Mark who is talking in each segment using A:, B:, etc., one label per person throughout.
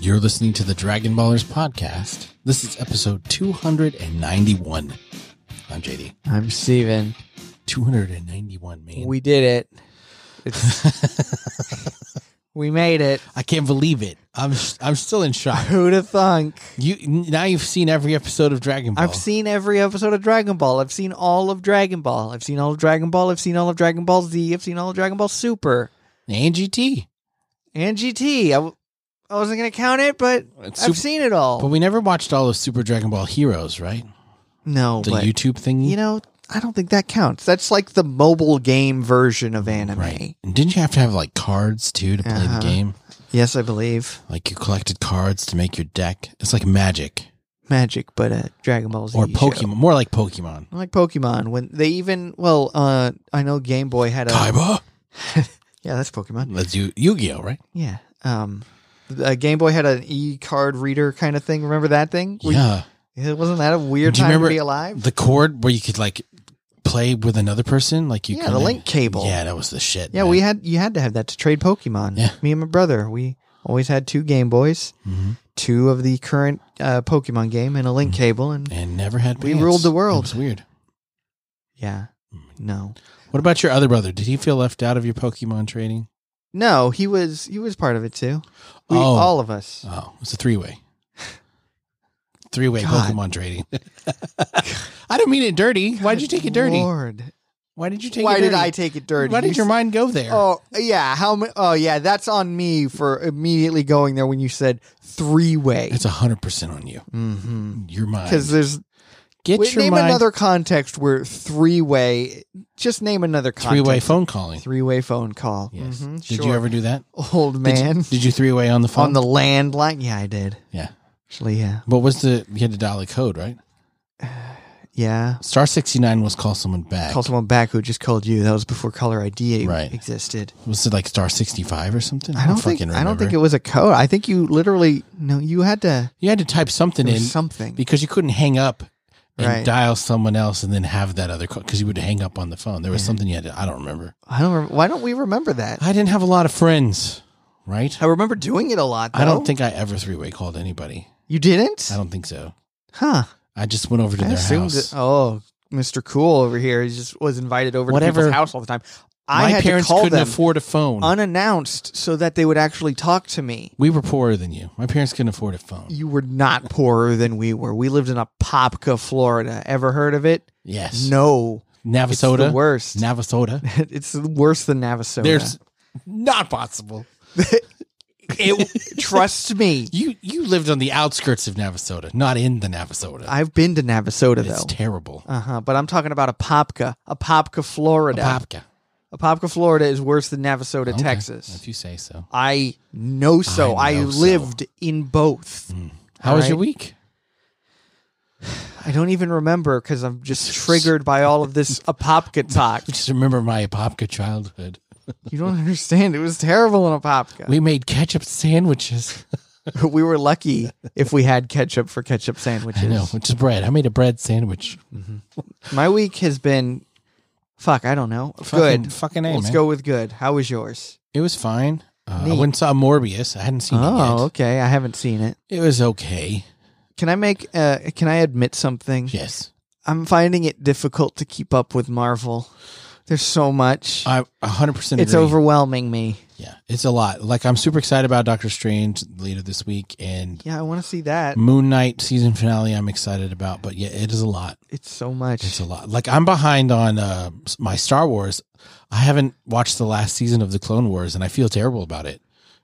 A: You're listening to the Dragon Ballers podcast. This is episode 291. I'm JD.
B: I'm Steven.
A: 291, man.
B: We did it. It's, we made it.
A: I can't believe it. I'm I'm still in shock.
B: Who'd have thunk?
A: You now you've seen every episode of Dragon Ball.
B: I've seen every episode of Dragon Ball. I've seen all of Dragon Ball. I've seen all of Dragon Ball. I've seen all of Dragon Ball Z. I've seen all of Dragon Ball Super
A: and GT,
B: and GT. I, w- I wasn't going to count it, but
A: It's
B: I've
A: super-
B: seen it all.
A: but we never watched all of Super Dragon Ball Heroes, right?
B: no,
A: The
B: but
A: YouTube thingy.
B: you know, I don't think that counts. That's like the mobile game version of
A: Mm,
B: anime.
A: right? And didn't you have to have like cards too to play
B: Uh-huh.
A: the game?
B: Yes, I believe
A: Like you collected cards to make your deck. It's like Magic
B: Magic, but uh, Dragon Ball Z
A: or
B: show.
A: Pokemon, more like Pokemon.
B: like Pokemon when they even well uh I know Game Boy had a
A: Kaiba.
B: yeah that's Pokemon
A: Let's do Yu-Gi-Oh, right?
B: yeah um uh, Game Boy had an e card reader kind of thing remember that thing We-
A: yeah.
B: it wasn't that a weird
A: Do you
B: time
A: remember
B: to be alive
A: The cord where you could like play with another person, like you
B: yeah
A: could
B: the link cable
A: Yeah, that was the shit.
B: yeah we had you had to have that to trade Pokemon
A: Yeah.
B: me and my brother we always had two Game Boys
A: hmm
B: two of the current uh, Pokemon game and a
A: Mm.
B: link cable and
A: and never had.
B: We
A: pants.
B: ruled the world.
A: It was weird.
B: yeah
A: Mm.
B: no
A: What about your other brother? Did he feel left out of your Pokemon trading?
B: no he was he was part of it too we
A: Oh.
B: all of us
A: Oh, it's a three way. Three way
B: God.
A: Pokemon trading. I didn't mean it dirty. Why did you take it dirty?
B: Lord.
A: Why did you take
B: Why
A: it
B: did
A: dirty?
B: I take it dirty?
A: Why
B: You
A: did your mind go there?
B: Oh yeah, how many? Oh yeah, that's on me for immediately going there when you said three way.
A: It's hundred percent on you.
B: Mm-hmm.
A: Your mind.
B: Because there's
A: Get
B: wait,
A: your
B: name
A: mind.
B: another context where three way. Just name another
A: three
B: context.
A: way phone calling.
B: Three way phone call.
A: Yes.
B: Mhm,
A: Did
B: sure.
A: you ever do that?
B: old man
A: Did you three way on the phone?
B: on the landline? Yeah, I did.
A: yeah.
B: Actually, yeah,
A: What was the you had to dial a code, right?
B: yeah.
A: Star sixty nine was call someone back.
B: Call someone back who just called you. That was before caller ID
A: Right.
B: existed.
A: was it like star sixty five or something?
B: I don't think.
A: fucking
B: I don't
A: remember.
B: think it was a code. I think you literally no. You had to
A: you had to type something
B: do
A: in
B: something.
A: because you couldn't hang up and
B: Right.
A: dial someone else and then have that other call because you would hang up on the phone. There was something you had to. I don't remember.
B: I don't. Remember, why don't we remember that?
A: I didn't have a lot of friends, right?
B: I remember doing it a lot. Though.
A: I don't think I ever three way called anybody.
B: you didn't.
A: I don't think so.
B: Huh?
A: I just went over to
B: I
A: their
B: assumed
A: house.
B: that- oh, Mr. Cool over here. He just was invited over
A: Whatever.
B: to people's house all the time. I
A: My
B: had
A: parents
B: to call
A: couldn't
B: them
A: afford a phone.
B: unannounced so that they would actually talk to me.
A: we were poorer than you. My parents couldn't afford a phone.
B: You were not poorer than we were. We lived in Apopka, Florida. Ever heard of it?
A: Yes.
B: No. It's the
A: Navasota.
B: worst.
A: Navasota.
B: it's worse than Navasota.
A: There's not possible.
B: It- trust me.
A: You you lived on the outskirts of Navasota, not in the Navasota.
B: I've been to Navasota
A: it's
B: though.
A: terrible.
B: uh huh. But I'm talking about Apopka, Apopka, Florida.
A: Apopka.
B: Apopka, Florida is worse than Navasota,
A: Okay,
B: Texas.
A: If you say so.
B: I know so.
A: I
B: I,
A: know so. Mm.
B: lived in both.
A: How
B: All
A: was
B: right.
A: your week?
B: I don't even remember because I'm just triggered by all of this Apopka talk.
A: I just remember my Apopka childhood.
B: You don't understand. It was terrible in Apopka.
A: We made ketchup sandwiches.
B: We, we were lucky if we had ketchup for ketchup sandwiches.
A: I know, which is bread. I made a bread sandwich.
B: My week has been, fuck, I don't know.
A: Fucking-
B: good.
A: fucking A,
B: Let's
A: man.
B: go with good. How was yours?
A: It was fine. Uh, I
B: Neat.
A: went and saw Morbius. I hadn't seen
B: Oh,
A: it
B: okay. I haven't seen it.
A: yet. It was okay.
B: Can I make? Uh, can I admit something?
A: Yes.
B: I'm finding it difficult to keep up with Marvel. There's so much.
A: I 100%
B: it's
A: agree.
B: overwhelming me.
A: Yeah, it's a lot. Like, I'm super excited about Doctor Strange later this week and
B: Yeah, I want to see that.
A: Moon Knight season finale I'm excited about. But yeah, it is a lot.
B: It's so much.
A: It's a lot. Like I'm behind on uh, my Star Wars. I haven't watched the last season of the Clone Wars, and I feel terrible about it.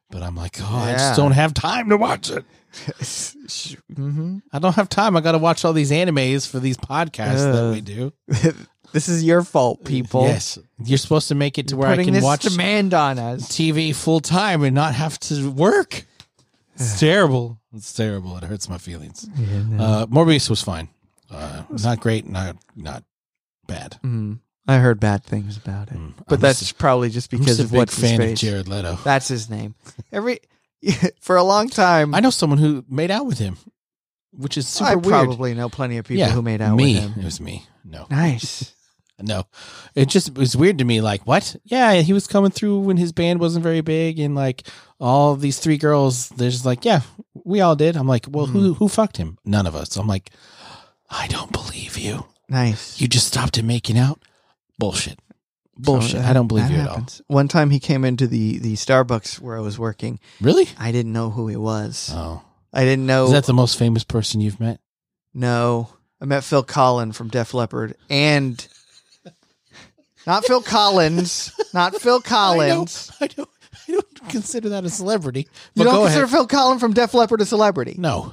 A: But I'm like, oh, I
B: Yeah.
A: just don't have time to watch it.
B: mm-hmm.
A: I don't have time. I got to watch all these animes for these podcasts that
B: Ugh.
A: we do.
B: this is your fault, people.
A: Yes, you're supposed to make it to where I
B: Putting
A: can
B: this
A: watch
B: demand on us.
A: TV full time and not have to work. It's terrible. It's terrible. It hurts my feelings. Uh, Morbius was fine. Uh, not great. Not not bad.
B: Mm. I heard bad things about it,
A: Mm.
B: but
A: I'm
B: that's
A: s-
B: probably just
A: I'm just
B: because
A: a
B: of
A: big
B: what's his
A: fan of
B: face.
A: Jared Leto.
B: That's his name. Every for a long time,
A: I know someone who made out with him, which is super
B: I
A: weird.
B: probably know plenty of people
A: yeah,
B: who made out
A: me.
B: with him.
A: It was me. No,
B: Nice.
A: No, it just was weird to me. Like, what? Yeah, he was coming through when his band wasn't very big, and like all these three girls, they're just like, yeah, we all did. I'm like, well,
B: Mm.
A: who who fucked him? None of us. I'm like, I don't believe you.
B: Nice.
A: You just stopped him making out. Bullshit. Bullshit.
B: So uh,
A: I don't believe
B: that
A: you
B: happens. One time he came into the the Starbucks where I was working.
A: at all. Really?
B: I didn't know who he was.
A: Oh,
B: I didn't know.
A: is that the most famous person you've met?
B: no, I met Phil Collin from Def Leppard, and not Phil Collins, not Phil Collins.
A: I don't. I don't consider that a celebrity. But
B: You don't
A: go
B: consider
A: ahead.
B: Phil Collin from Def Leppard a celebrity.
A: No,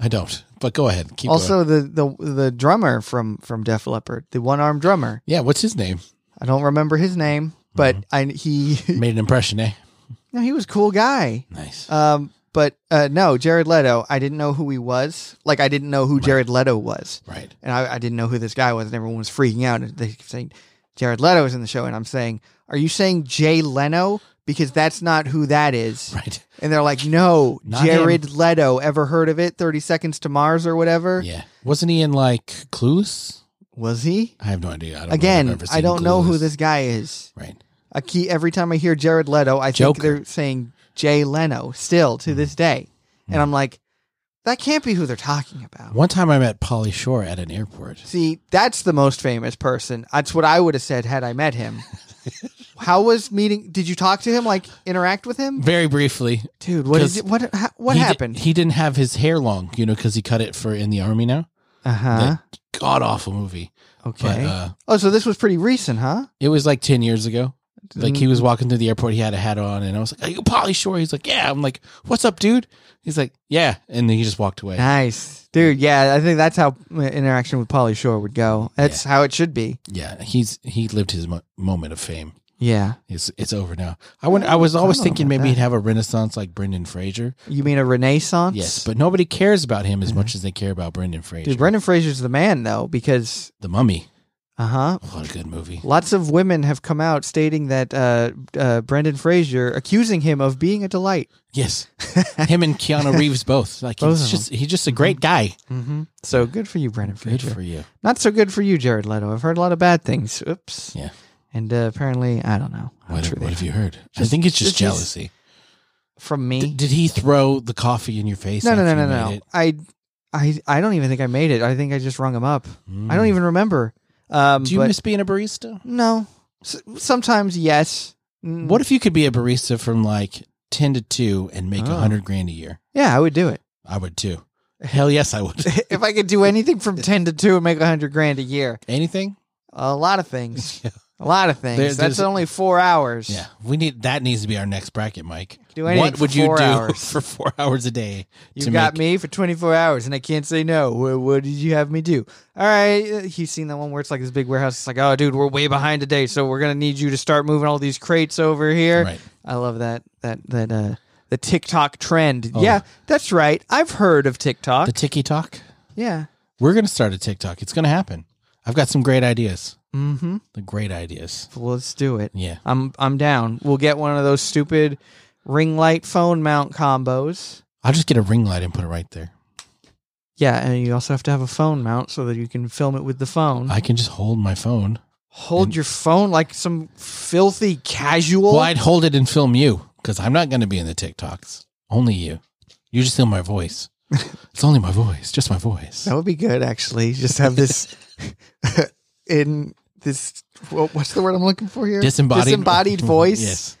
A: I don't. But go ahead. Keep going.
B: also, the, the the drummer from from Def Leppard, the one armed drummer.
A: Yeah, what's his name?
B: I don't remember his name, but
A: Mm-hmm.
B: I he
A: Made an impression, eh?
B: no, he was a cool guy.
A: Nice.
B: Um, but uh, no, Jared Leto. I didn't know who he was. Like I didn't know who Jared Leto was,
A: right.
B: and I, I didn't know who this guy was. And everyone was freaking out. And they kept saying Jared Leto is in the show, and I'm saying, "Are you saying Jay Leno? Because that's not who that is."
A: Right.
B: And they're like, "No,
A: Not
B: Jared Leto. Ever heard of it? Thirty Seconds to Mars or whatever?
A: Yeah. Wasn't he in like Clueless?
B: Was he?"
A: I have no idea. I don't know if I've
B: Again,
A: ever
B: I
A: seen
B: don't know who
A: Clueless.
B: this guy is.
A: Right.
B: I keep, every time I hear Jared Leto, I
A: Joker. Mm-hmm.
B: think they're saying Jay Leno still to this day. And I'm like, that can't be who they're talking about.
A: One time I met Polly Shore at an airport.
B: See, that's the most famous person. That's what I would have said had I met him. How was meeting? Did you talk to him? Like interact with him,
A: Very briefly.
B: dude? What
A: 'Cause
B: did you, what ha, what
A: He di-
B: happened?
A: he didn't have his hair long, you know, because he cut it for in the army now.
B: Uh huh.
A: God awful movie. But
B: Okay.
A: uh,
B: oh, so this was pretty recent, huh?
A: it was like 10 years ago. Like he was
B: Mm.
A: walking through the airport, he had a hat on, and I was like, Are you Polly Shore? He's like, Yeah. I'm like, What's up, dude? He's like, Yeah. And then he just walked away.
B: Nice, dude. Yeah, I think that's how uh, interaction with Polly Shore would go. That's how it should be.
A: Yeah. He's he lived his mo- moment of fame.
B: Yeah.
A: It's it's over now. I wonder, I was always
B: know
A: thinking
B: about
A: maybe
B: that.
A: he'd have a renaissance like Brendan Fraser.
B: You mean a renaissance?
A: Yes, but nobody cares about him as much as they care about Brendan Fraser.
B: Mm-hmm. Dude, Brendan Fraser's the man though, because
A: the Mummy.
B: uh huh,
A: What a good movie.
B: lots of women have come out stating that uh, uh, Brendan Fraser accusing him of being a delight.
A: Yes. him and Keanu Reeves both. Like
B: Both
A: he's
B: of
A: just he's just a great guy.
B: Mm-hmm. So good for you, Brendan
A: Good
B: Fraser.
A: for you.
B: Not so good for you, Jared Leto. I've heard a lot of bad things. Oops.
A: Yeah.
B: And uh, apparently, I don't know. how
A: What,
B: true
A: what
B: they
A: have
B: are.
A: you heard? I
B: Just-
A: think it's just
B: just he's-
A: jealousy.
B: from me?
A: D- did he throw the coffee in your face?
B: no, no, no,
A: after
B: no,
A: you
B: no.
A: made
B: no.
A: it?
B: I, I, I don't even think I made it. I think I just rung him up. I don't
A: Mm.
B: even remember. Um,
A: Do you
B: but-
A: miss being a barista?
B: No. S- sometimes yes. Mm,
A: What if you could be a barista from like ten to two and make a
B: Oh.
A: hundred grand a year?
B: Yeah, I would do it.
A: I would too. Hell yes, I would.
B: if I could do anything from 10 to 2 and make 100 grand a year,
A: Anything?
B: a lot of things.
A: Yeah.
B: A lot of things.
A: There-
B: That's
A: there's-
B: only four hours.
A: Yeah, we need that needs to be our next bracket, Mike.
B: Do anything
A: what
B: for
A: would you
B: four
A: do
B: hours.
A: for four hours a day?
B: You
A: to
B: got
A: make-
B: me for 24 hours and I can't say no. What, what did you have me do? All right. uh, He's seen that one where it's like this big warehouse. It's like, oh, dude, we're way behind today. So we're going to need you to start moving all these crates over here.
A: Right.
B: I love that. That, that, uh, the TikTok trend. Yeah, that's right. I've heard of TikTok.
A: Oh, The Tiki Talk.
B: yeah.
A: We're gonna start a TikTok. It's gonna happen. I've got some great ideas.
B: Mm hmm.
A: The great ideas.
B: Let's do it.
A: Yeah.
B: I'm I'm down. We'll get one of those stupid ring light phone mount combos.
A: I'll just get a ring light and put it right there.
B: Mm-hmm. Yeah, and you also have to have a phone mount so that you can film it with the phone.
A: I can just hold my phone.
B: Hold your phone like some filthy casual.
A: Well, I'd hold it and film you because I'm not gonna be in the TikToks. Only you. You just feel my voice. it's only my voice. Just my voice.
B: That would be good actually. Just have this in this what- what's the word I'm looking for here?
A: Disembodied.
B: disembodied voice.
A: yes.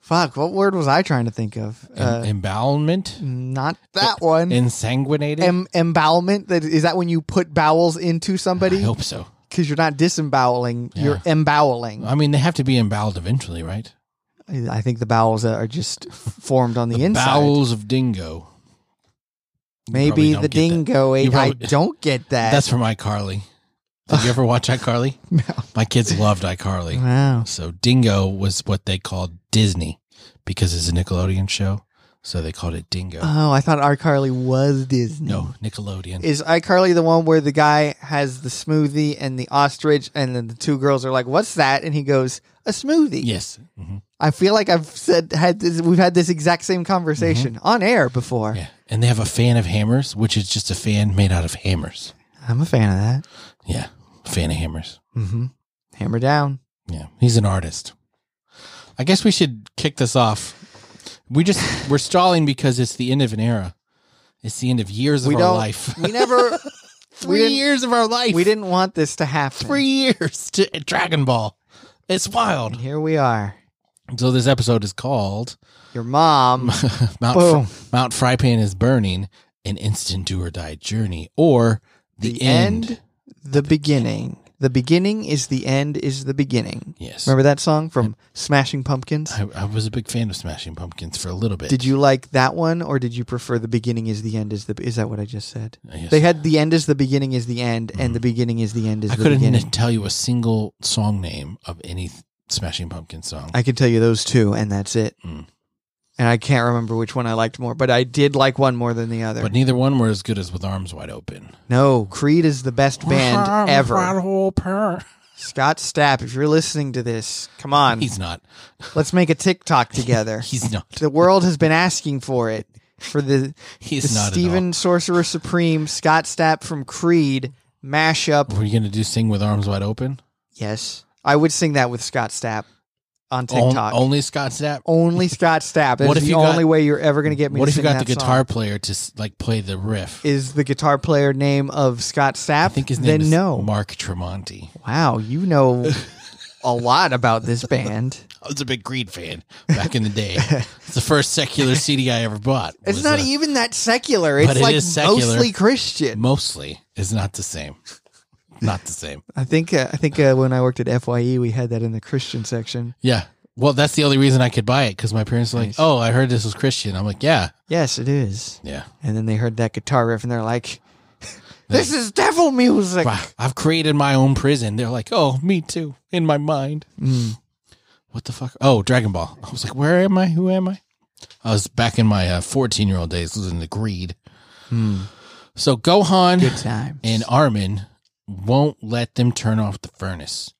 B: Fuck, what word was I trying to think of? Uh,
A: Em- embowelment.
B: not that one.
A: Ensanguinated.
B: Em- embowelment. That is that when you put bowels into
A: I
B: somebody?
A: hope so.
B: because you're not disemboweling, you're emboweling.
A: I mean, they have to be emboweled eventually, right?
B: I think the bowels are just formed on the, inside.
A: Bowels of dingo. probably
B: Maybe
A: don't
B: the
A: get that.
B: dingo ate.
A: You probably-
B: I don't get that.
A: That's from iCarly. Did you ever watch iCarly?
B: No.
A: My kids loved iCarly.
B: wow.
A: So Dingo was what they called Disney because it's a Nickelodeon show. So they called it Dingo.
B: Oh, I thought iCarly was Disney.
A: no, Nickelodeon.
B: Is iCarly the one where the guy has the smoothie and the ostrich, and then the two girls are like, "What's that?" And he goes, "A smoothie."
A: yes. hmm
B: I feel like I've said had this, we've had this exact same conversation on air before.
A: Mm-hmm. Yeah. And they have a fan of hammers, which is just a fan made out of hammers.
B: I'm a fan of that.
A: Yeah. Fan of hammers. Mm-hmm.
B: Hammer down.
A: Yeah, he's an artist. I guess we should kick this off. We just we're stalling because it's the end of an era. It's the end of years of
B: We
A: our
B: don't-
A: life.
B: We never. we
A: Three
B: didn't-
A: years of our life.
B: we didn't want this to happen.
A: three years to Dragon Ball. It's
B: And
A: wild.
B: here we are.
A: So this episode is called
B: Your mom.
A: Mount
B: Boom.
A: Fr- Mount Frypan is burning, an instant do or die journey, or the,
B: The
A: end.
B: end. the beginning. The beginning is the end. Is the beginning.
A: Yes,
B: Remember that song from Smashing Pumpkins?
A: I, I was a big fan of Smashing Pumpkins for a little bit.
B: Did you like that one, or did you prefer the beginning is the end? Is the is that what I just said?
A: Uh, Yes. Mm-hmm.
B: They had the end is the beginning is the end, and the beginning is the end is
A: I
B: the
A: couldn't
B: beginning.
A: tell you a single song name of any th- Smashing Pumpkins song.
B: I could tell you those two, and that's it.
A: Mm.
B: And I can't remember which one I liked more, but I did like one more than the other.
A: but neither one were as good as With Arms Wide Open.
B: no, Creed is the best band ever. Scott Stapp, if you're listening to this, come on,
A: He's not.
B: let's make a TikTok together.
A: He's not.
B: the world has been asking for it for the, the
A: He's not. Steven.
B: Steven Sorcerer Supreme Scott Stapp from Creed mashup.
A: Were you going to do Sing With Arms Wide Open?
B: Yes, I would sing that with Scott Stapp on
A: On-
B: TikTok.
A: only Scott Stapp?
B: only Scott Stapp. That's
A: What if
B: the
A: you got-
B: only way you're ever going to get me.
A: What
B: to
A: if you
B: sing
A: got the
B: that song.
A: guitar player to s- like play the riff?
B: Is the guitar player name of Scott Stapp?
A: I think his name
B: then
A: is
B: no.
A: Mark Tremonti.
B: wow, you know a lot about this band.
A: I was a big Creed fan back in the day. it's the first secular CD I ever bought.
B: It's
A: was,
B: not e-,
A: uh,
B: even that secular.
A: But
B: It's
A: it
B: like
A: is secular.
B: mostly Christian.
A: mostly is not the same. Not the same.
B: I think uh, I think uh, when I worked at Fye, we had that in the Christian section.
A: Yeah. Well, that's the only reason I could buy it because my parents were like,
B: Nice.
A: "Oh, I heard this was Christian." I'm like, "Yeah,
B: Yes, it is.
A: yeah."
B: And then they heard that guitar riff, and they're like, "This is devil music."
A: Wow, I've created my own prison. They're like, "Oh, me too," in my mind.
B: Mm.
A: What the fuck? Oh, Dragon Ball. I was like, "Where am I? Who am I?" I was back in my 14 year old days listening to Greed.
B: mm.
A: So Gohan
B: Good times.
A: and Armin won't let them turn off the furnace.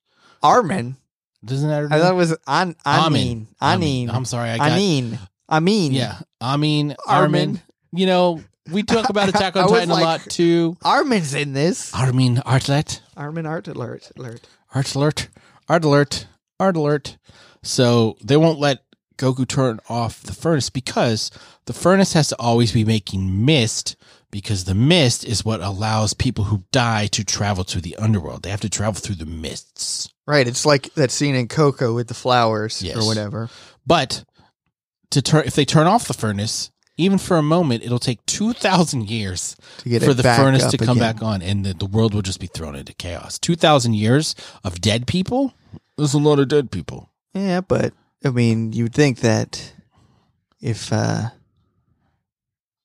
B: Armin,
A: Doesn't that?
B: I thought it was An Anin.
A: Armin.
B: Anin.
A: I'm sorry, I got
B: Anin. Amin.
A: Yeah, I mean Armin.
B: Armin.
A: You know, we talk about Attack
B: I
A: on
B: was
A: Titan a
B: like-
A: lot too.
B: Armin's in this.
A: Armin Artlet,
B: Armin Art Alert. Alert.
A: Art Alert, Art Alert, Art Alert. So they won't let Goku turn off the furnace because the furnace has to always be making mist because the mist is what allows people who die to travel to the underworld. They have to travel through the mists.
B: Right. It's like that scene in Coco with the flowers
A: Yes.
B: or whatever.
A: But to turn if they turn off the furnace, even for a moment, it'll take 2000 years
B: To get
A: for
B: it
A: the
B: back
A: furnace
B: up
A: to come
B: again.
A: back on and the, the world will just be thrown into chaos 2000 years of dead people there's a lot of dead people
B: Yeah, but I mean, you'd think that if uh,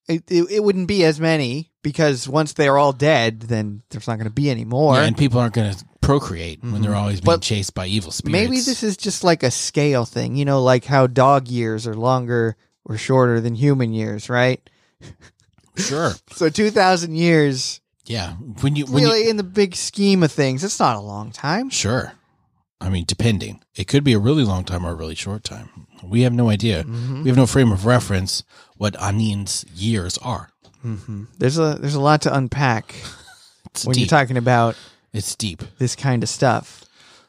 B: it, it it wouldn't be as many because once they're all dead, then there's not going to be any more.
A: yeah, and people aren't going to procreate when they're always being
B: Mm-hmm. But
A: chased by evil spirits
B: Maybe this is just like a scale thing, you know, like how dog years are longer or shorter than human years, right?
A: sure
B: So two thousand years,
A: yeah when you when
B: really,
A: you
B: in the big scheme of things, it's not a long time.
A: sure i mean depending it could be a really long time or a really short time we have no idea
B: Mm-hmm.
A: we have no frame of reference what anin's years are
B: Mm-hmm. There's a there's a lot to unpack
A: it's
B: when
A: deep
B: you're talking about
A: it's deep
B: this kind of stuff.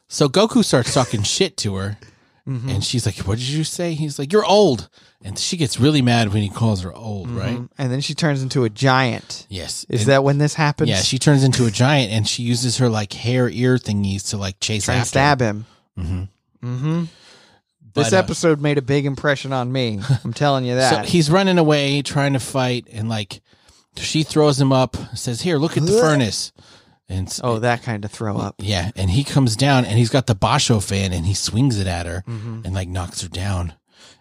A: so goku starts talking shit to her
B: Mm-hmm.
A: And she's like, What did you say? He's like, You're old. And she gets really mad when he calls her old, right?
B: Mhm. And then she turns into a giant.
A: Yes.
B: Is
A: And-
B: that when this happens?
A: Yeah, she turns into a giant and she uses her like hair ear thingies to like chase
B: try and
A: after
B: stab him.
A: hmm
B: Mm-hmm. This
A: But, uh,
B: episode made a big impression on me. I'm telling you
A: So
B: that.
A: he's running away, trying to fight, and like she throws him up, says, Here, look at the
B: Blech.
A: furnace. And s-
B: oh, that kind of throw up.
A: yeah, and he comes down and he's got the Basho fan and he swings it at her
B: Mm-hmm.
A: and like knocks her down.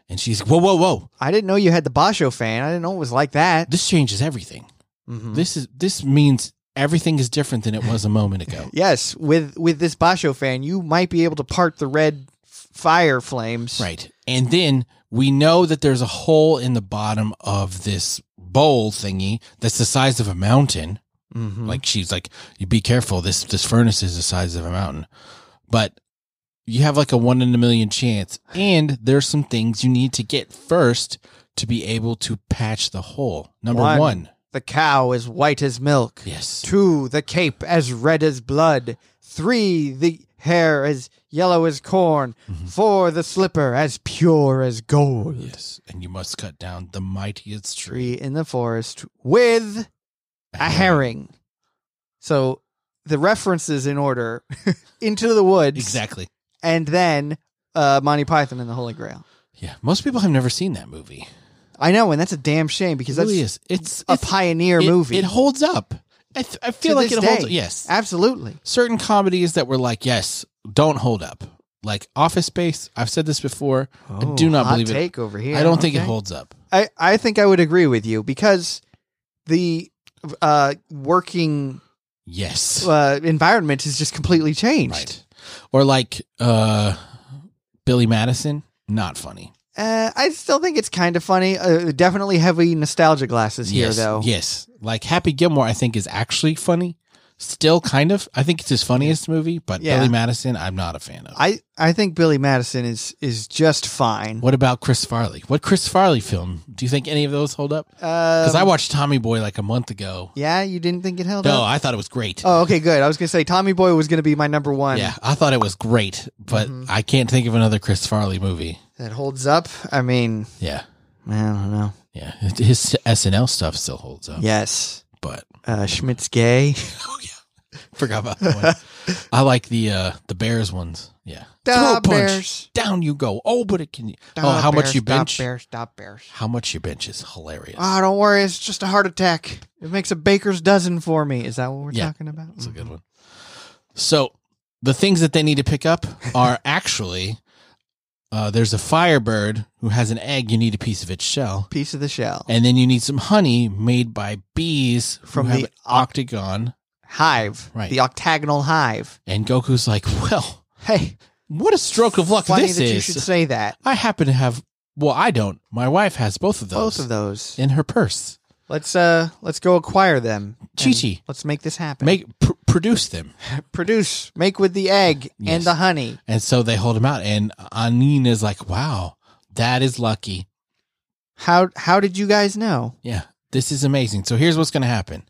A: And she's like, Whoa, whoa, whoa,
B: I didn't know you had the Basho fan. I didn't know it was like that.
A: this changes everything.
B: Mm-hmm.
A: This is this means everything is different than it was a moment ago.
B: yes, with with this Basho fan, you might be able to part the red f- fire flames.
A: Right. And then we know that there's a hole in the bottom of this bowl thingy that's the size of a mountain.
B: Mm-hmm.
A: Like she's like, you be careful, this this furnace is the size of a mountain. But you have like a one in a million chance. And there's some things you need to get first to be able to patch the hole. Number one.
B: One. the cow is white as milk.
A: Yes.
B: Two, the cape as red as blood. Three, the hair as yellow as corn.
A: Mm-hmm.
B: Four, the slipper as pure as gold.
A: Yes, and you must cut down the mightiest
B: Tree
A: tree.
B: in the forest with a herring. So the references in order into the woods.
A: Exactly.
B: And then uh, Monty Python and the Holy Grail.
A: Yeah, most people have never seen that movie.
B: I know, and that's a damn shame because
A: It
B: that's
A: really is. It's
B: a
A: it's-
B: pioneer
A: it-
B: movie.
A: It holds up. I, th- I feel
B: To
A: like
B: this
A: it holds.
B: day.
A: Yes,
B: Absolutely.
A: certain comedies that were like, yes, don't hold up. Like Office Space. I've said this before. I do not
B: hot
A: believe it.
B: take over here.
A: I don't think it
B: Okay.
A: holds up.
B: I, I think I would agree with you because the uh, working
A: Yes.
B: uh, environment has just completely changed.
A: right. Or like uh Billy Madison, not funny.
B: Uh, I still think it's kind of funny. Uh, definitely heavy nostalgia glasses here,
A: yes,
B: though.
A: Yes. Like Happy Gilmore I think is actually funny. Still kind of. I think it's his funniest movie, but
B: Yeah.
A: Billy Madison I'm not a fan of.
B: I, I think Billy Madison is is just fine.
A: what about Chris Farley? What Chris Farley film? Do you think any of those hold up? Because I
B: Um,
A: watched Tommy Boy like a month ago.
B: yeah, you didn't think it held
A: No,
B: up.
A: I thought it was great.
B: Oh, okay, good. I was gonna say Tommy Boy was gonna be my number one.
A: yeah, I thought it was great, but
B: Mhm.
A: I can't think of another Chris Farley movie.
B: that holds up. I mean,
A: Yeah.
B: I don't know.
A: Yeah. His SNL stuff still holds up,
B: Yes,
A: but
B: uh, Schmidt's gay.
A: Oh yeah, forgot about that one. I like the uh the Bears ones. Yeah,
B: Stop
A: Throw a punch.
B: Bears.
A: Down you go. Oh, but it can. oh,
B: Stop
A: how much
B: Bears,
A: you
B: stop
A: bench?
B: Bears, stop Bears.
A: How much you bench is hilarious.
B: Oh, don't worry. It's just a heart attack. It makes a baker's dozen for me. Is that what we're
A: Yeah.
B: talking about?
A: That's a good one. So the things that they need to pick up are actually uh, there's a Firebird who has an egg. You need a piece of its shell,
B: Piece of the shell.
A: and then you need some honey made by bees who
B: From
A: have
B: the
A: an octagon.
B: hive.
A: Right.
B: The octagonal hive.
A: And Goku's like, well,
B: Hey,
A: what a stroke of luck
B: funny
A: this
B: that
A: is.
B: you should say that.
A: I happen to have. Well, I don't. My wife has both of those.
B: Both of those.
A: in her purse.
B: Let's uh let's go acquire them.
A: Chi
B: and
A: Chi.
B: Let's make this happen.
A: Make pr- produce them,
B: produce, make with the egg
A: Yes.
B: and the honey.
A: and so they hold him out. And Anin is like, "Wow, that is lucky.
B: How how did you guys know?
A: Yeah, this is amazing." So here's what's going to happen.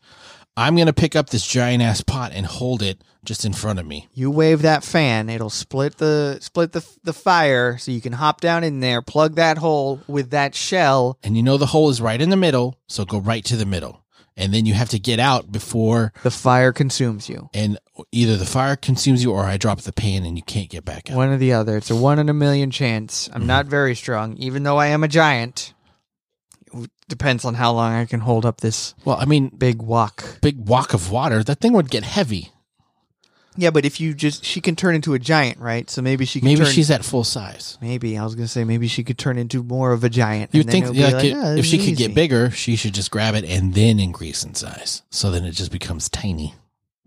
A: I'm going to pick up this giant ass pot and hold it just in front of me.
B: You wave that fan, it'll split the split the the fire so you can hop down in there, plug that hole with that shell.
A: And you know the hole is right in the middle, so go right to the middle. And then you have to get out before
B: The fire consumes you.
A: and either the fire consumes you or I drop the pan and you can't get back out.
B: One or the other. It's a one in a million chance. I'm not very strong, even though I am a giant. Depends on how long I can hold up this
A: Well, I mean,
B: big wok.
A: big walk of water, that thing would get heavy.
B: Yeah, but if you just she can turn into a giant, right? So maybe she can
A: Maybe
B: turn,
A: she's at full size.
B: maybe I was gonna say maybe she could turn into more of a giant.
A: You
B: and
A: would think
B: then it'll be
A: like,
B: like,
A: it-
B: "Ah,
A: if
B: this
A: she
B: is
A: could
B: easy."
A: get bigger, she should just grab it and then increase in size. So then it just becomes tiny.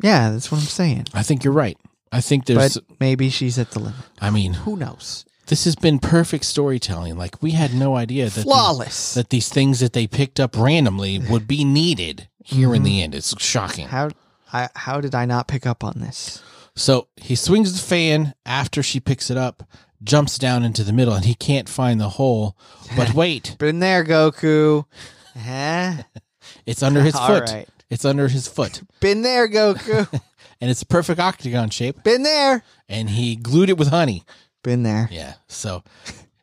B: Yeah, that's what I'm saying.
A: I think you're right. I think there's.
B: but maybe she's at the limit.
A: I mean,
B: Who knows?
A: this has been perfect storytelling. Like we had no idea that these,
B: Flawless.
A: that these things that they picked up randomly would be needed here in
B: Mhm.
A: the end. It's shocking.
B: how I, how did I not pick up on this?
A: So he swings the fan after she picks it up, jumps down into the middle, and he can't find the hole. But wait,
B: Been there, Goku. Huh?
A: it's under his
B: All
A: foot.
B: right.
A: It's under his foot,
B: Been there, Goku.
A: and it's a perfect octagon shape.
B: Been there.
A: And he glued it with honey.
B: Been there.
A: Yeah. So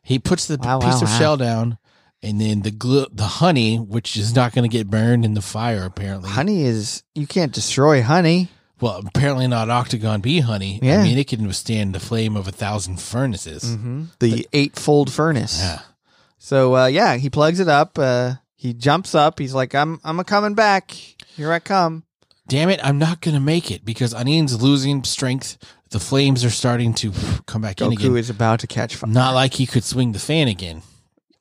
A: he puts the
B: Wow,
A: piece
B: wow,
A: of
B: wow.
A: shell down, and then the glu- the honey, which is not going to get burned in the fire, apparently.
B: Honey is you can't destroy honey.
A: Well, apparently not octagon bee honey. I
B: Yeah.
A: mean, it can withstand the flame of a thousand furnaces.
B: Mm-hmm. The eightfold furnace.
A: Yeah.
B: So uh, yeah, he plugs it up. Uh, he jumps up. He's like, "I'm I'm a coming back. Here I come."
A: Damn it! I'm not going to make it because Anin's losing strength. The flames are starting to come back in again.
B: Goku is about to catch fire.
A: not like he could swing the fan again.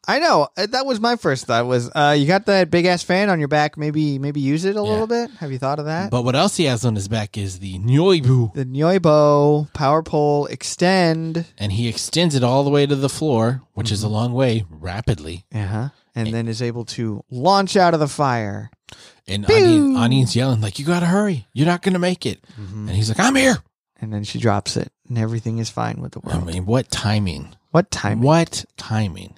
B: I know. Uh, That was my first thought. Was uh, you got that big ass fan on your back? Maybe maybe use it a little bit. Have you thought of that?
A: But what else he has on his back is the Nyoibu,
B: the Nyoibo power pole extend.
A: and he extends it all the way to the floor, which
B: Mm-hmm.
A: is a long way, rapidly.
B: Uh-huh. And then is able to launch out of the fire.
A: And
B: Pew!
A: Onion, Onion's yelling like, "You gotta hurry! You're not gonna make it!"
B: Mm-hmm.
A: And he's like, "I'm here."
B: And then she drops it, and everything is fine with the
A: I
B: world.
A: mean, what timing?
B: what time?
A: What timing?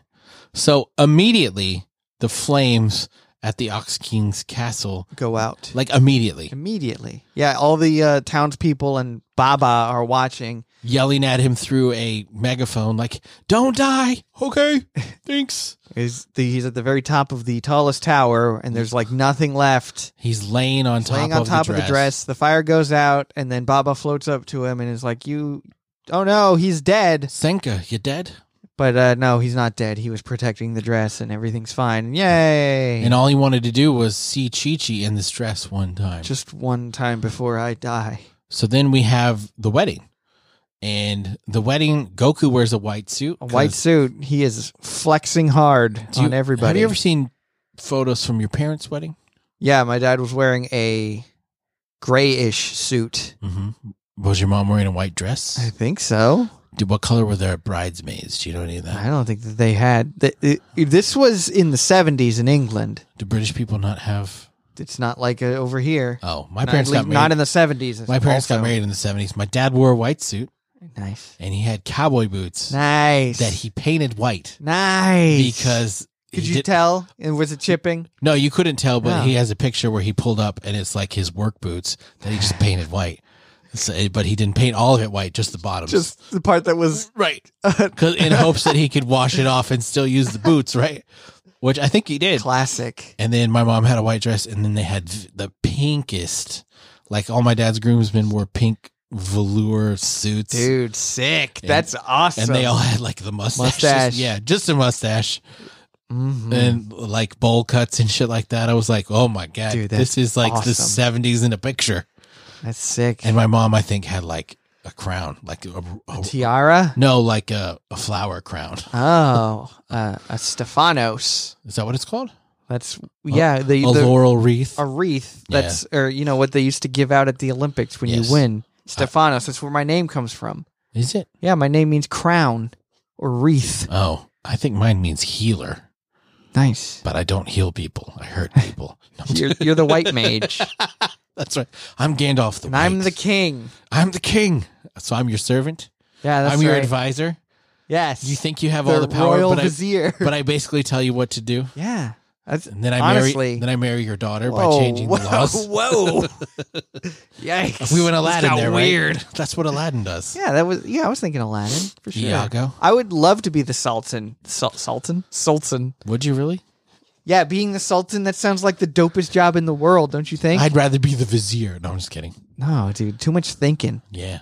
A: So immediately the flames at the Ox King's castle
B: Go out
A: like immediately,
B: immediately. Yeah, all the uh, townspeople and Baba are watching.
A: yelling at him through a megaphone like, "Don't die." Okay. Thanks.
B: Is the, he's at the very top of the tallest tower, and there's like nothing left.
A: He's laying on top,
B: laying on
A: of,
B: top
A: the
B: of the dress. The fire goes out, and then Baba floats up to him and is like, "You, oh no, he's dead."
A: Senka, you dead?
B: But uh, no, he's not dead. He was protecting the dress, and everything's fine. Yay!
A: And all he wanted to do was see Chi Chi in this dress one time.
B: Just one time before I die.
A: so then we have the wedding. And the wedding, Goku wears a white suit.
B: A white
A: 'cause-
B: suit. He is flexing hard
A: Do you-
B: on everybody.
A: Have you ever seen photos from your parents' wedding?
B: Yeah, my dad was wearing a grayish suit.
A: Mm-hmm. Was your mom wearing a white
B: I
A: dress?
B: think so.
A: Dude, what color were their bridesmaids? Do you know any of that?
B: I don't think that they had. th- it- This was in the 70s in England.
A: Do British people not have?
B: It's not like uh, over here.
A: Oh, my parents
B: not, at
A: got
B: least- not
A: married.
B: in the 70s.
A: my parents got
B: also.
A: married in the seventies. My dad wore a white suit
B: Nice.
A: and he had cowboy boots
B: Nice.
A: that he painted white
B: nice.
A: because
B: Could
A: he
B: you
A: did-
B: tell? Oh. And was it chipping?
A: No, you couldn't tell, but
B: No.
A: he has a picture where he pulled up and it's like his work boots that he just painted white. So, but he didn't paint all of it white, just the bottoms.
B: Just the part that was.
A: right. 'Cause- in hopes that he could wash it off and still use the boots, right? Which I think he did.
B: Classic.
A: And then my mom had a white dress, and then they had v- the pinkest. Like all my dad's groomsmen wore pink velour suits,
B: Dude, sick.
A: And-
B: That's awesome.
A: and they all had like the mustaches.
B: Mustache.
A: Yeah, just a mustache
B: Mhm.
A: and like bowl cuts and shit like that. I was like, oh my god,
B: Dude, that's
A: this is like the
B: awesome.
A: seventies in a picture.
B: That's sick.
A: And my mom, I think, had like a crown, like a, a-
B: Tiara?
A: no, like a, a flower crown.
B: Oh, uh, a Stephanos.
A: Is that what it's called?
B: That's yeah, the,
A: a
B: the-
A: laurel wreath.
B: a wreath. That's or you know what they used to give out at the Olympics when
A: Yes.
B: you win. Stephanos. That's where my name comes from.
A: is it?
B: Yeah, my name means crown or wreath.
A: Oh, I think mine means healer.
B: Nice.
A: but I don't heal people. I hurt people. No, I'm
B: You're, you're the white mage,
A: That's right. I'm Gandalf the
B: and I'm
A: White.
B: the king.
A: I'm the king. So I'm your servant.
B: Yeah, that's
A: I'm your
B: right.
A: advisor.
B: Yes,
A: You think you have all the power,
B: royal
A: but I,
B: vizier.
A: but I basically tell you what to do.
B: yeah, that's
A: And then I marry
B: Honestly.
A: then I marry your daughter by
B: Whoa,
A: changing the
B: whoa,
A: laws.
B: Whoa, yikes!
A: We went
B: This
A: Aladdin
B: got
A: there, right?
B: Weird.
A: That's what Aladdin does.
B: Yeah, that was yeah. I was thinking Aladdin for sure.
A: Iago.
B: I would love to be the Sultan. Sul- Sultan? Sultan.
A: Would you really?
B: Yeah, being the Sultan, that sounds like the dopest job in the world, don't you think?
A: I'd rather be the vizier. No, I'm just kidding.
B: no, dude, too much thinking.
A: Yeah.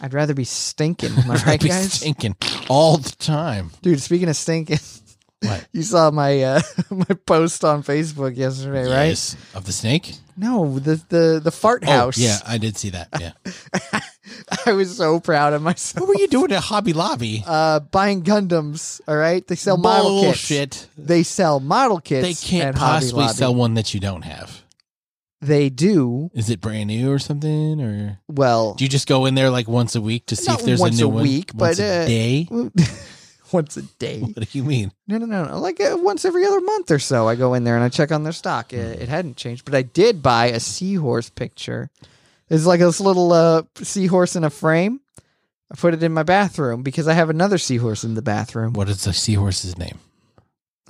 B: I'd rather be stinking. Am I right,
A: I'd be
B: guys?
A: stinking all the time.
B: dude, speaking of stinking,
A: What?
B: you saw my uh, my post on Facebook yesterday, right?
A: Yes. Of the snake?
B: No, the the the fart house.
A: Oh, yeah, I did see that. Yeah.
B: I was so proud of myself.
A: what were you doing at Hobby Lobby?
B: Uh, buying Gundams, all right? They sell model kits.
A: Bullshit.
B: They sell model kits.
A: They can't
B: at Hobby
A: possibly
B: Lobby.
A: sell one that you don't have.
B: They do
A: Is it brand new or something? Or
B: well.
A: do you just go in there like once a week to see
B: Not
A: if there's
B: once
A: a new
B: a
A: one?
B: week,
A: once
B: but,
A: a
B: uh,
A: day.
B: once a day.
A: What do you mean?
B: No, no, no, no. Like uh, once every other month or so, I go in there and I check on their stock. It, it hadn't changed, but I did buy a seahorse picture. It's like this little uh, seahorse in a frame. I put it in my bathroom because I have another seahorse in the bathroom.
A: What is the seahorse's name?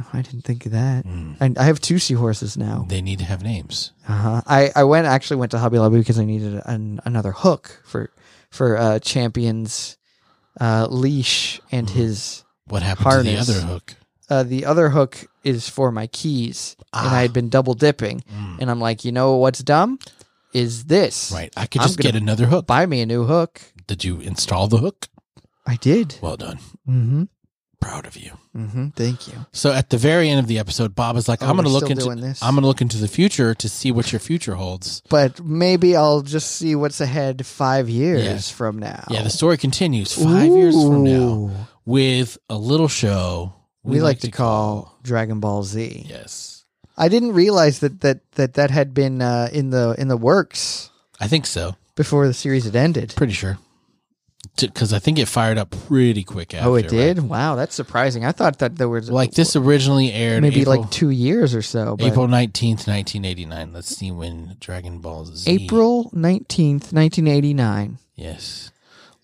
B: Oh, I didn't think of that.
A: Mm.
B: And I have two seahorses now.
A: They need to have names.
B: Uh-huh. I I went actually went to Hobby Lobby because I needed an, another hook for for uh, Champions uh, leash and his
A: What happened
B: Harness.
A: to the other hook?
B: uh, the other hook is for my keys, and
A: Ah.
B: I had been double dipping.
A: Mm.
B: And I'm like, you know what's dumb is this.
A: Right. I could
B: I'm
A: just
B: gonna-
A: get another hook.
B: Buy me a new hook.
A: Did you install the hook?
B: I did.
A: Well done.
B: Mm-hmm.
A: Proud of you.
B: Mm-hmm. Thank you.
A: So at the very end of the episode, Bob is like,
B: Oh,
A: "I'm going to
B: we're
A: look
B: still
A: into
B: doing this.
A: I'm going to look into the future to see what your future holds."
B: But maybe I'll just see what's ahead five years from now.
A: Yeah, the story continues five years from now.
B: Ooh.
A: with a little show
B: We, like, to call, Dragon Ball Z.
A: Yes,
B: I didn't realize that that that, that had been uh, in the in the works
A: I think so.
B: before the series had ended.
A: Pretty sure because I think it fired up pretty quick. After,
B: oh, it did.
A: right?
B: Wow, that's surprising. I thought that there was
A: Like this originally aired
B: maybe
A: April,
B: like two years or so. But
A: April nineteenth, nineteen eighty nine. Let's see when Dragon Ball Z.
B: April 19th, 1989.
A: Uh-huh. Yes.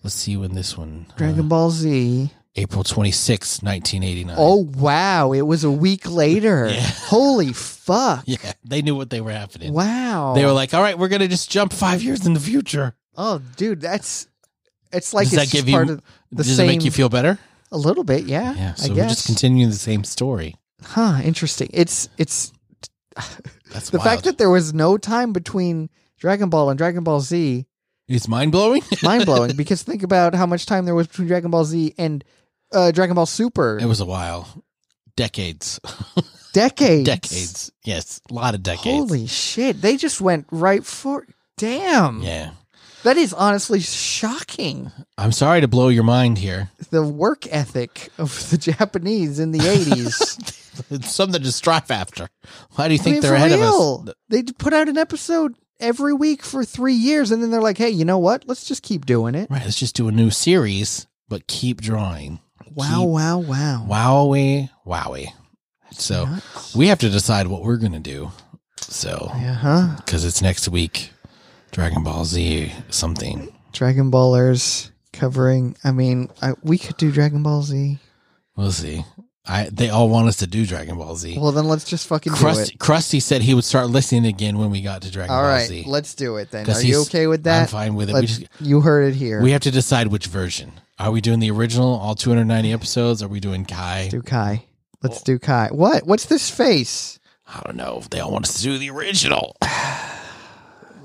A: Let's see when this one. uh,
B: Dragon Ball Z
A: April twenty sixth, 1989.
B: Oh wow, it was a week later.
A: Yeah.
B: Holy fuck.
A: yeah. They knew what they were happening.
B: Wow.
A: They were like, all right, we're going to just jump five years in the future.
B: Oh dude, that's it's like
A: Does
B: it's
A: that give
B: just part
A: you-
B: of the
A: Does
B: same
A: it make you feel better?
B: a little bit, yeah.
A: Yeah.
B: I
A: So we're
B: guess.
A: just continuing the same story.
B: huh, interesting. It's it's
A: That's
B: the
A: wild.
B: fact that there was no time between Dragon Ball and Dragon Ball Z
A: it's mind blowing.
B: mind blowing because think about how much time there was between Dragon Ball Z and uh, Dragon Ball Super.
A: it was a while. Decades.
B: decades.
A: Decades. Yes. A lot of decades.
B: Holy shit. They just went right for damn.
A: Yeah.
B: That is honestly shocking.
A: I'm sorry to blow your mind here.
B: The work ethic of the Japanese in the 80s.
A: It's something to strive after. Why do you
B: I
A: think
B: mean,
A: they're
B: for
A: ahead
B: real.
A: of us?
B: They d- put out an episode every week for 3 years and then they're like, "Hey, you know what? Let's just keep doing it."
A: Right. Let's just do a new series, but keep drawing.
B: Wow,
A: Keep-
B: wow, wow.
A: Wowie, wowie. So
B: Nuts.
A: we have to decide what we're going to do. So,
B: Yeah, huh?
A: because it's next week, Dragon Ball Z something.
B: Dragon Ballers covering. I mean, I, we could do Dragon Ball Z.
A: We'll see. I They all want us to do Dragon Ball Z.
B: Well, then let's just fucking do it.
A: Krusty, Krusty said he would start listening again when we got to Dragon
B: All
A: Ball
B: right,
A: Z.
B: let's do it then.
A: 'Cause
B: Are you
A: he's-
B: okay with
A: I'm
B: that?
A: fine with it. We
B: Let's-
A: just
B: you heard it here.
A: we have to decide which version. Are we doing the original, all 290 episodes? Are we doing Kai?
B: do Kai.
A: Oh.
B: Let's do Kai. What? What's this face?
A: I don't know. They all want us to do the original.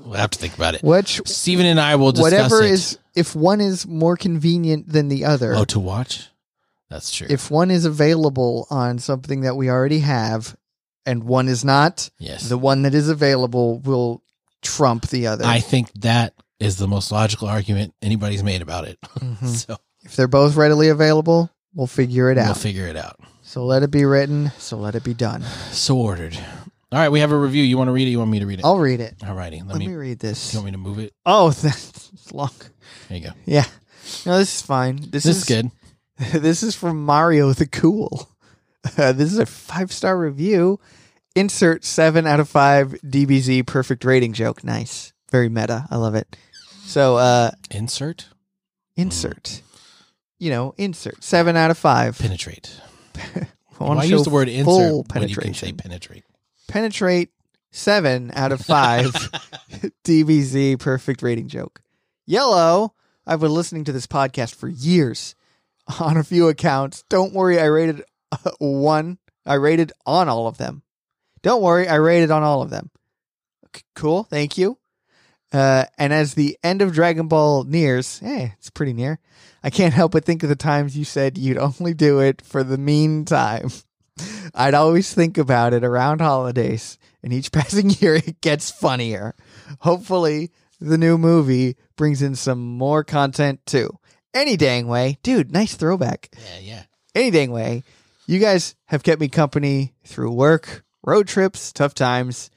A: we'll have to think about it.
B: Which
A: Steven and I will discuss
B: whatever
A: it.
B: is if one is more convenient than the other.
A: Oh, to watch? That's true.
B: If one is available on something that we already have and one is not,
A: yes.
B: the one that is available will trump the other.
A: I think that is the most logical argument anybody's made about it.
B: Mhm.
A: so
B: If they're both readily available, we'll figure it
A: we'll
B: out.
A: figure it out.
B: so let it be written, so let it be done.
A: So ordered. All right, we have a review. You want to read it? You want me to read it?
B: I'll read it.
A: All righty. Let,
B: Oh. Let,
A: me,
B: me, read this.
A: You want me to move it?
B: Oh, that's long.
A: There you go.
B: Yeah. No, this is fine. This,
A: This, is good.
B: this is from Mario the Cool. Uh, this is a five star review. Insert seven out of five DBZ perfect rating joke. Nice. Very meta. I love it. So, uh,
A: Insert,
B: insert. You know, insert seven out of five.
A: penetrate.
B: I
A: Why
B: wanna
A: use
B: show
A: the word
B: full
A: insert when you can say
B: penetration.
A: penetrate?
B: penetrate seven out of five DBZ perfect rating joke. Yellow, I've been listening to this podcast for years on a few accounts. Don't worry, I rated uh, one. I rated on all of them. Don't worry, I rated on all of them. C- cool, thank you. Uh, and as the end of Dragon Ball nears, eh, it's pretty near. I can't help but think of the times you said you'd only do it for the meantime. I'd always think about it around holidays, and each passing year it gets funnier. Hopefully, the new movie brings in some more content too. Any dang way, dude, nice throwback
A: Yeah, yeah.
B: any dang way, you guys have kept me company through work, road trips, tough times,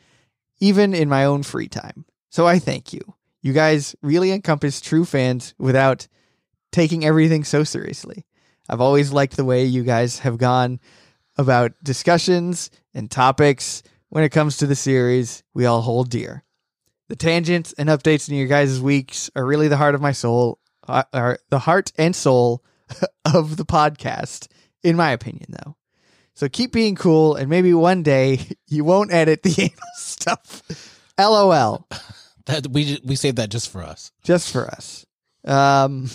B: even in my own free time. So I thank you. You guys really encompass true fans without taking everything so seriously. I've always liked the way you guys have gone about discussions and topics when it comes to the series we all hold dear. The tangents and updates in your guys' weeks are really the heart of my soul, are- are the heart and soul of the podcast, in my opinion, though. So keep being cool, and maybe one day you won't edit the anal stuff. LOL,
A: That we ju- we saved that just for us.
B: just for us. Um,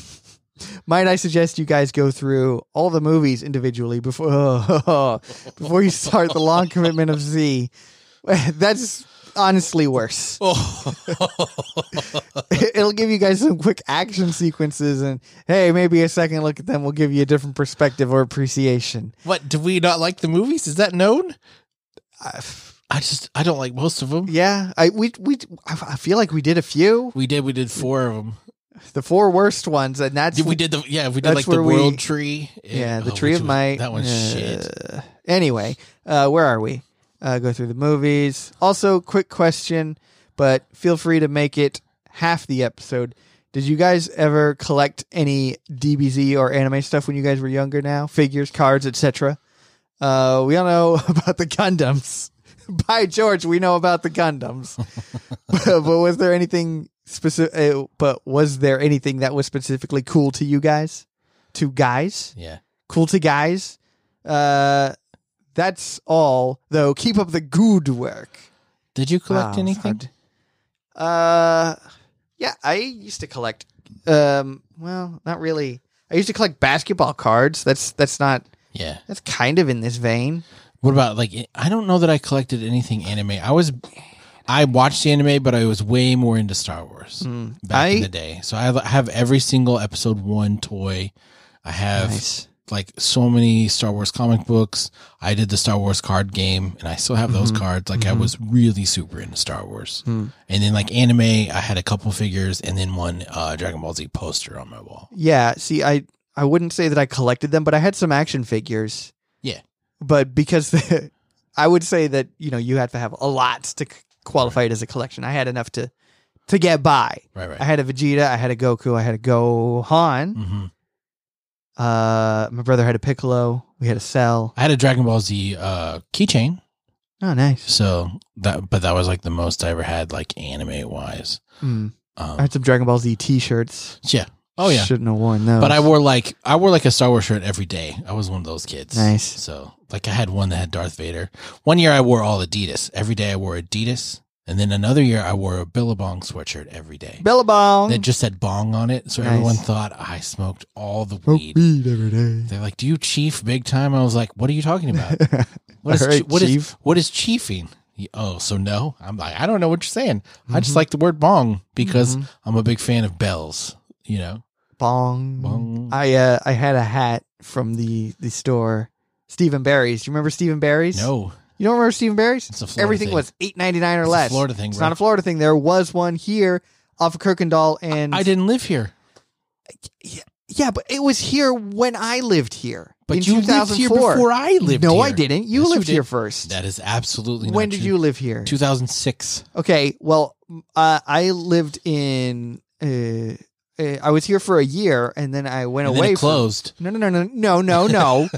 B: might I suggest you guys go through all the movies individually before before you start the long commitment of Z? That's honestly worse.
A: Oh,
B: It'll give you guys some quick action sequences, and hey, maybe a second look at them will give you a different perspective or appreciation.
A: what? Do we not like the movies? Is that known?
B: I-
A: I just I don't like most of them.
B: Yeah, I we we I I feel like we did a few,
A: We did we did four of them.
B: the four worst ones, and that's
A: Did we did the yeah we did
B: That's
A: like
B: where
A: the
B: we-
A: world tree.
B: yeah the
A: Oh,
B: tree
A: which
B: of
A: was-
B: might.
A: That one's
B: uh,
A: shit.
B: Anyway, uh, where are we? Uh, go through the movies. Also, quick question, but feel free to make it half the episode. Did you guys ever collect any DBZ or anime stuff when you guys were younger? Now, figures, cards, etc. Uh, we all know about the Gundams. By George, we know about the Gundams. but, but was there anything specific? Uh, but was there anything that was specifically cool to you guys? to guys.
A: Yeah.
B: Cool to guys. Uh, that's all, though. Keep up the good work.
A: Did you
B: Wow,
A: collect
B: it's
A: anything?
B: hard. Uh, yeah, I used to collect. Um, well, not really. I used to collect basketball cards. That's that's not
A: Yeah.
B: that's kind of in this vein.
A: What about like I don't know that I collected anything anime. I was I watched the anime, but I was way more into Star Wars back in
B: Hmm. I-
A: the day. So Mm. I have- I have every single episode one toy. I have
B: Nice.
A: like so many Star Wars comic books. I did the Star Wars card game, and I still have
B: Mm-hmm.
A: those cards. Like I was really super into Star Wars,
B: Hmm.
A: and then like anime, I had a couple figures, and then one uh, Dragon Ball Z poster on my wall.
B: Yeah. See, I I wouldn't say that I collected them, but I had some action figures.
A: Yeah.
B: But because the, I would say that you know you have to have a lot to c- qualify it as a collection. I had enough to to get by.
A: Right, right.
B: I had a Vegeta. I had a Goku. I had a Gohan.
A: hmm
B: Uh, my brother had a Piccolo. We had a Cell.
A: I had a Dragon Ball Z uh, keychain,
B: Oh, nice.
A: so that but that was like the most I ever had like anime wise.
B: Mm. I
A: Um,
B: had some Dragon Ball Z T-shirts.
A: yeah. Oh yeah.
B: shouldn't have worn those.
A: But I wore like I wore like a Star Wars shirt every day. I was one of those kids.
B: Nice.
A: So like I had one that had Darth Vader. One year I wore all Adidas. Every day I wore Adidas. And then another year I wore a Billabong sweatshirt every day.
B: Billabong.
A: That just said bong on it. So
B: Nice. Oh,
A: everyone thought I smoked all the
B: Smoke
A: weed.
B: weed every day.
A: They're like, Do you chief big time? I was like, What are you talking about? What is
B: All right,
A: chi- what is-
B: chief.
A: what is chiefing? He- Oh, so no. I'm like, I don't know what you're saying. I
B: Mm-hmm.
A: just like the word bong because
B: Mhm.
A: I'm a big fan of bells, you know?
B: Bong.
A: Bong.
B: I uh, I had a hat from the the store. Stephen Barry's. Do you remember Stephen Barry's?
A: No.
B: You don't remember Stephen Barry's?
A: It's a Florida
B: Everything
A: thing.
B: was eight ninety nine or
A: It's a
B: less.
A: Florida thing,
B: It's
A: bro.
B: not a Florida thing. There was one here off of Kirkendall and
A: I didn't live here.
B: Yeah, but it was here when I lived here.
A: But
B: in
A: you lived here
B: 2004.
A: before I lived
B: no,
A: here.
B: I didn't. You
A: Yes, you
B: lived
A: did.
B: here first.
A: That is absolutely
B: when
A: not
B: did
A: true.
B: you live here?
A: 2006.
B: Okay, well, m- uh, I lived in. Uh, uh, I was here for a year, and then I went
A: And then
B: away.
A: it closed.
B: From, no, no, no, no, no, no, no.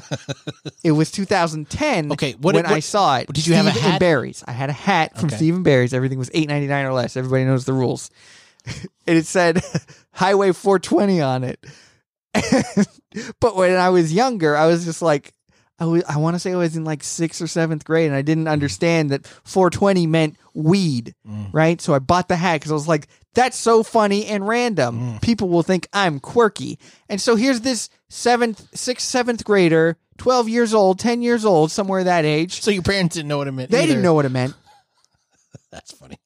B: it was 2010.
A: Okay, what-
B: when
A: what-
B: I saw it,
A: did you have a
B: Steve
A: hat?
B: And Barry's. I had a hat from
A: Okay.
B: Stephen Barry's. Everything was 8.99 or less. Everybody knows the rules. and it said Highway 420 on it. but when I was younger, I was just like, I was, I want to say I was in like sixth or seventh grade, and I didn't understand that 420 meant weed,
A: Mm.
B: right? So I bought the hat because I was like, that's so funny and random.
A: Mm.
B: People will think I'm quirky. And so here's this seventh, sixth, seventh grader, 12 years old, 10 years old, somewhere that age.
A: So your parents didn't know what it meant.
B: They
A: either.
B: didn't know what it meant.
A: That's funny.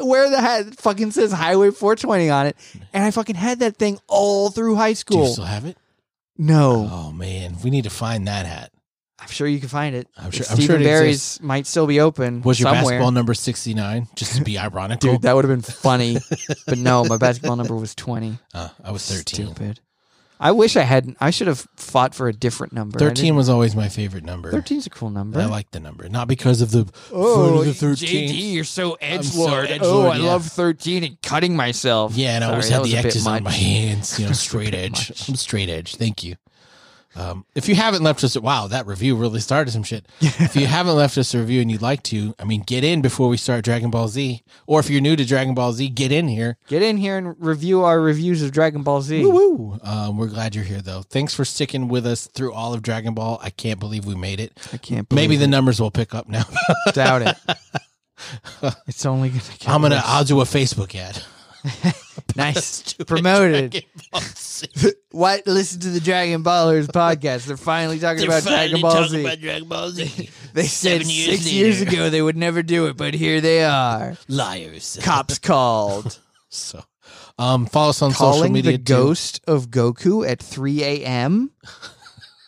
B: Where the hat fucking says Highway 420 on it. And I fucking had that thing all through
A: Do
B: high
A: you
B: school.
A: still have it?
B: No.
A: Oh man, we need to find that hat.
B: I'm sure you can find it.
A: I'm sure- I'm
B: Stephen
A: sure it
B: Barry's
A: exists.
B: might still be open.
A: Was your
B: somewhere.
A: basketball number 69? Just to be ironical.
B: Dude, that would have been funny. but no, my basketball number was 20.
A: Uh, I was 13.
B: Stupid. I wish I hadn't. I should have fought for a different number. I
A: 13
B: didn't-
A: was always my favorite number.
B: 13's a cool number.
A: Oh, I like the number, not because of the fruit
B: Oh,
A: of the 13.
B: JD, you're so
A: edgelord.
B: edgelord.
A: Oh,
B: oh,
A: I
B: I
A: love
B: love 13 and cutting myself.
A: Yeah, and I always
B: Sorry,
A: had
B: that
A: the
B: was a bit
A: X's on
B: much.
A: my hands, you know, straight edge. I'm straight edge. Thank you. Um, if you haven't left us, wow, that review really started some shit. if you haven't left us a review and you'd like to, I mean, get in before we start Dragon Ball Z. Or if you're new to Dragon Ball Z, get in here.
B: Get in here and review our reviews of Dragon Ball Z.
A: Woo woo. Um, we're glad you're here, though. Thanks for sticking with us through all of Dragon Ball. I can't believe we made it.
B: I can't believe
A: Maybe the numbers will pick up now.
B: it. doubt it. It's only gonna. Get
A: I'm gonna.
B: worse.
A: I'll do a Facebook ad.
B: nice promoted.
A: Dragon Ball Z.
B: What? Listen to the Dragon Ballers podcast. They're finally talking
A: They're
B: about
A: finally
B: Dragon Ball
A: talking
B: Z.
A: about Dragon Ball Z.
B: they said
A: seven years
B: six years
A: later.
B: ago they would never do it, but here they are.
A: Liars.
B: Cops called.
A: So, um, follow us on social
B: calling
A: media.
B: the
A: too.
B: ghost of Goku at 3 a.m.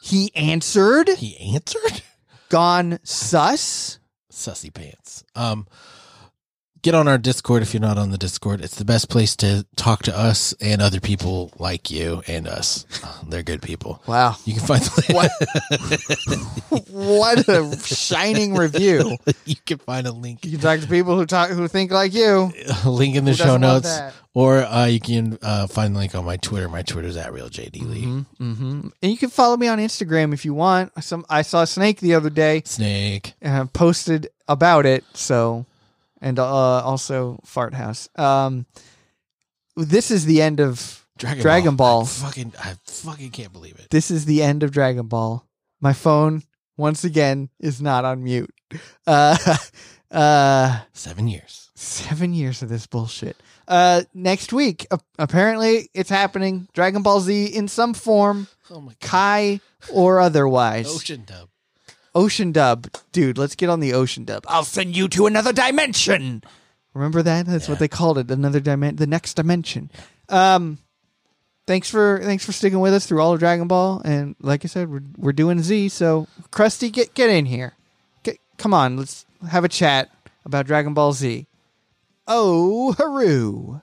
B: He answered,
A: He answered.
B: gone sus.
A: Sussy pants. Um, get on our Discord if you're not on the Discord. It's the best place to talk to us and other people like you and us. Uh, they're good people.
B: Wow.
A: You can find the
B: What? what a shining review.
A: you can find a link
B: You can talk to people who talk who think like you.
A: a link in the
B: Who
A: show
B: doesn't want
A: notes,
B: that?
A: or uh, you can uh, find the link on my Twitter. My Twitter's at real JD Lee.
B: Mm-hmm. And you can follow me on Instagram if you want. Some I saw Snake the other day
A: Snake.
B: uh, posted about it. So, and uh, also Fart House. Um, this is the end of
A: Dragon,
B: Dragon Ball.
A: I fucking, I fucking can't believe it.
B: This is the end of Dragon Ball. My phone, once again, is not on mute. Uh, uh,
A: Seven years.
B: seven years of this bullshit. Uh, next week, a- apparently, it's happening. Dragon Ball Z in some form,
A: Oh my god.
B: Kai or otherwise.
A: Ocean dub.
B: Ocean dub, dude. Let's get on the ocean dub. I'll send you to another dimension. Remember that? That's what
A: Yeah.
B: they called it. Another dimension, the next dimension. Um, thanks for thanks for sticking with us through all of Dragon Ball. And like I said, we're we're doing Z. So Krusty, get get in here. Get, come on, let's have a chat about Dragon Ball Z. Oh, hooroo!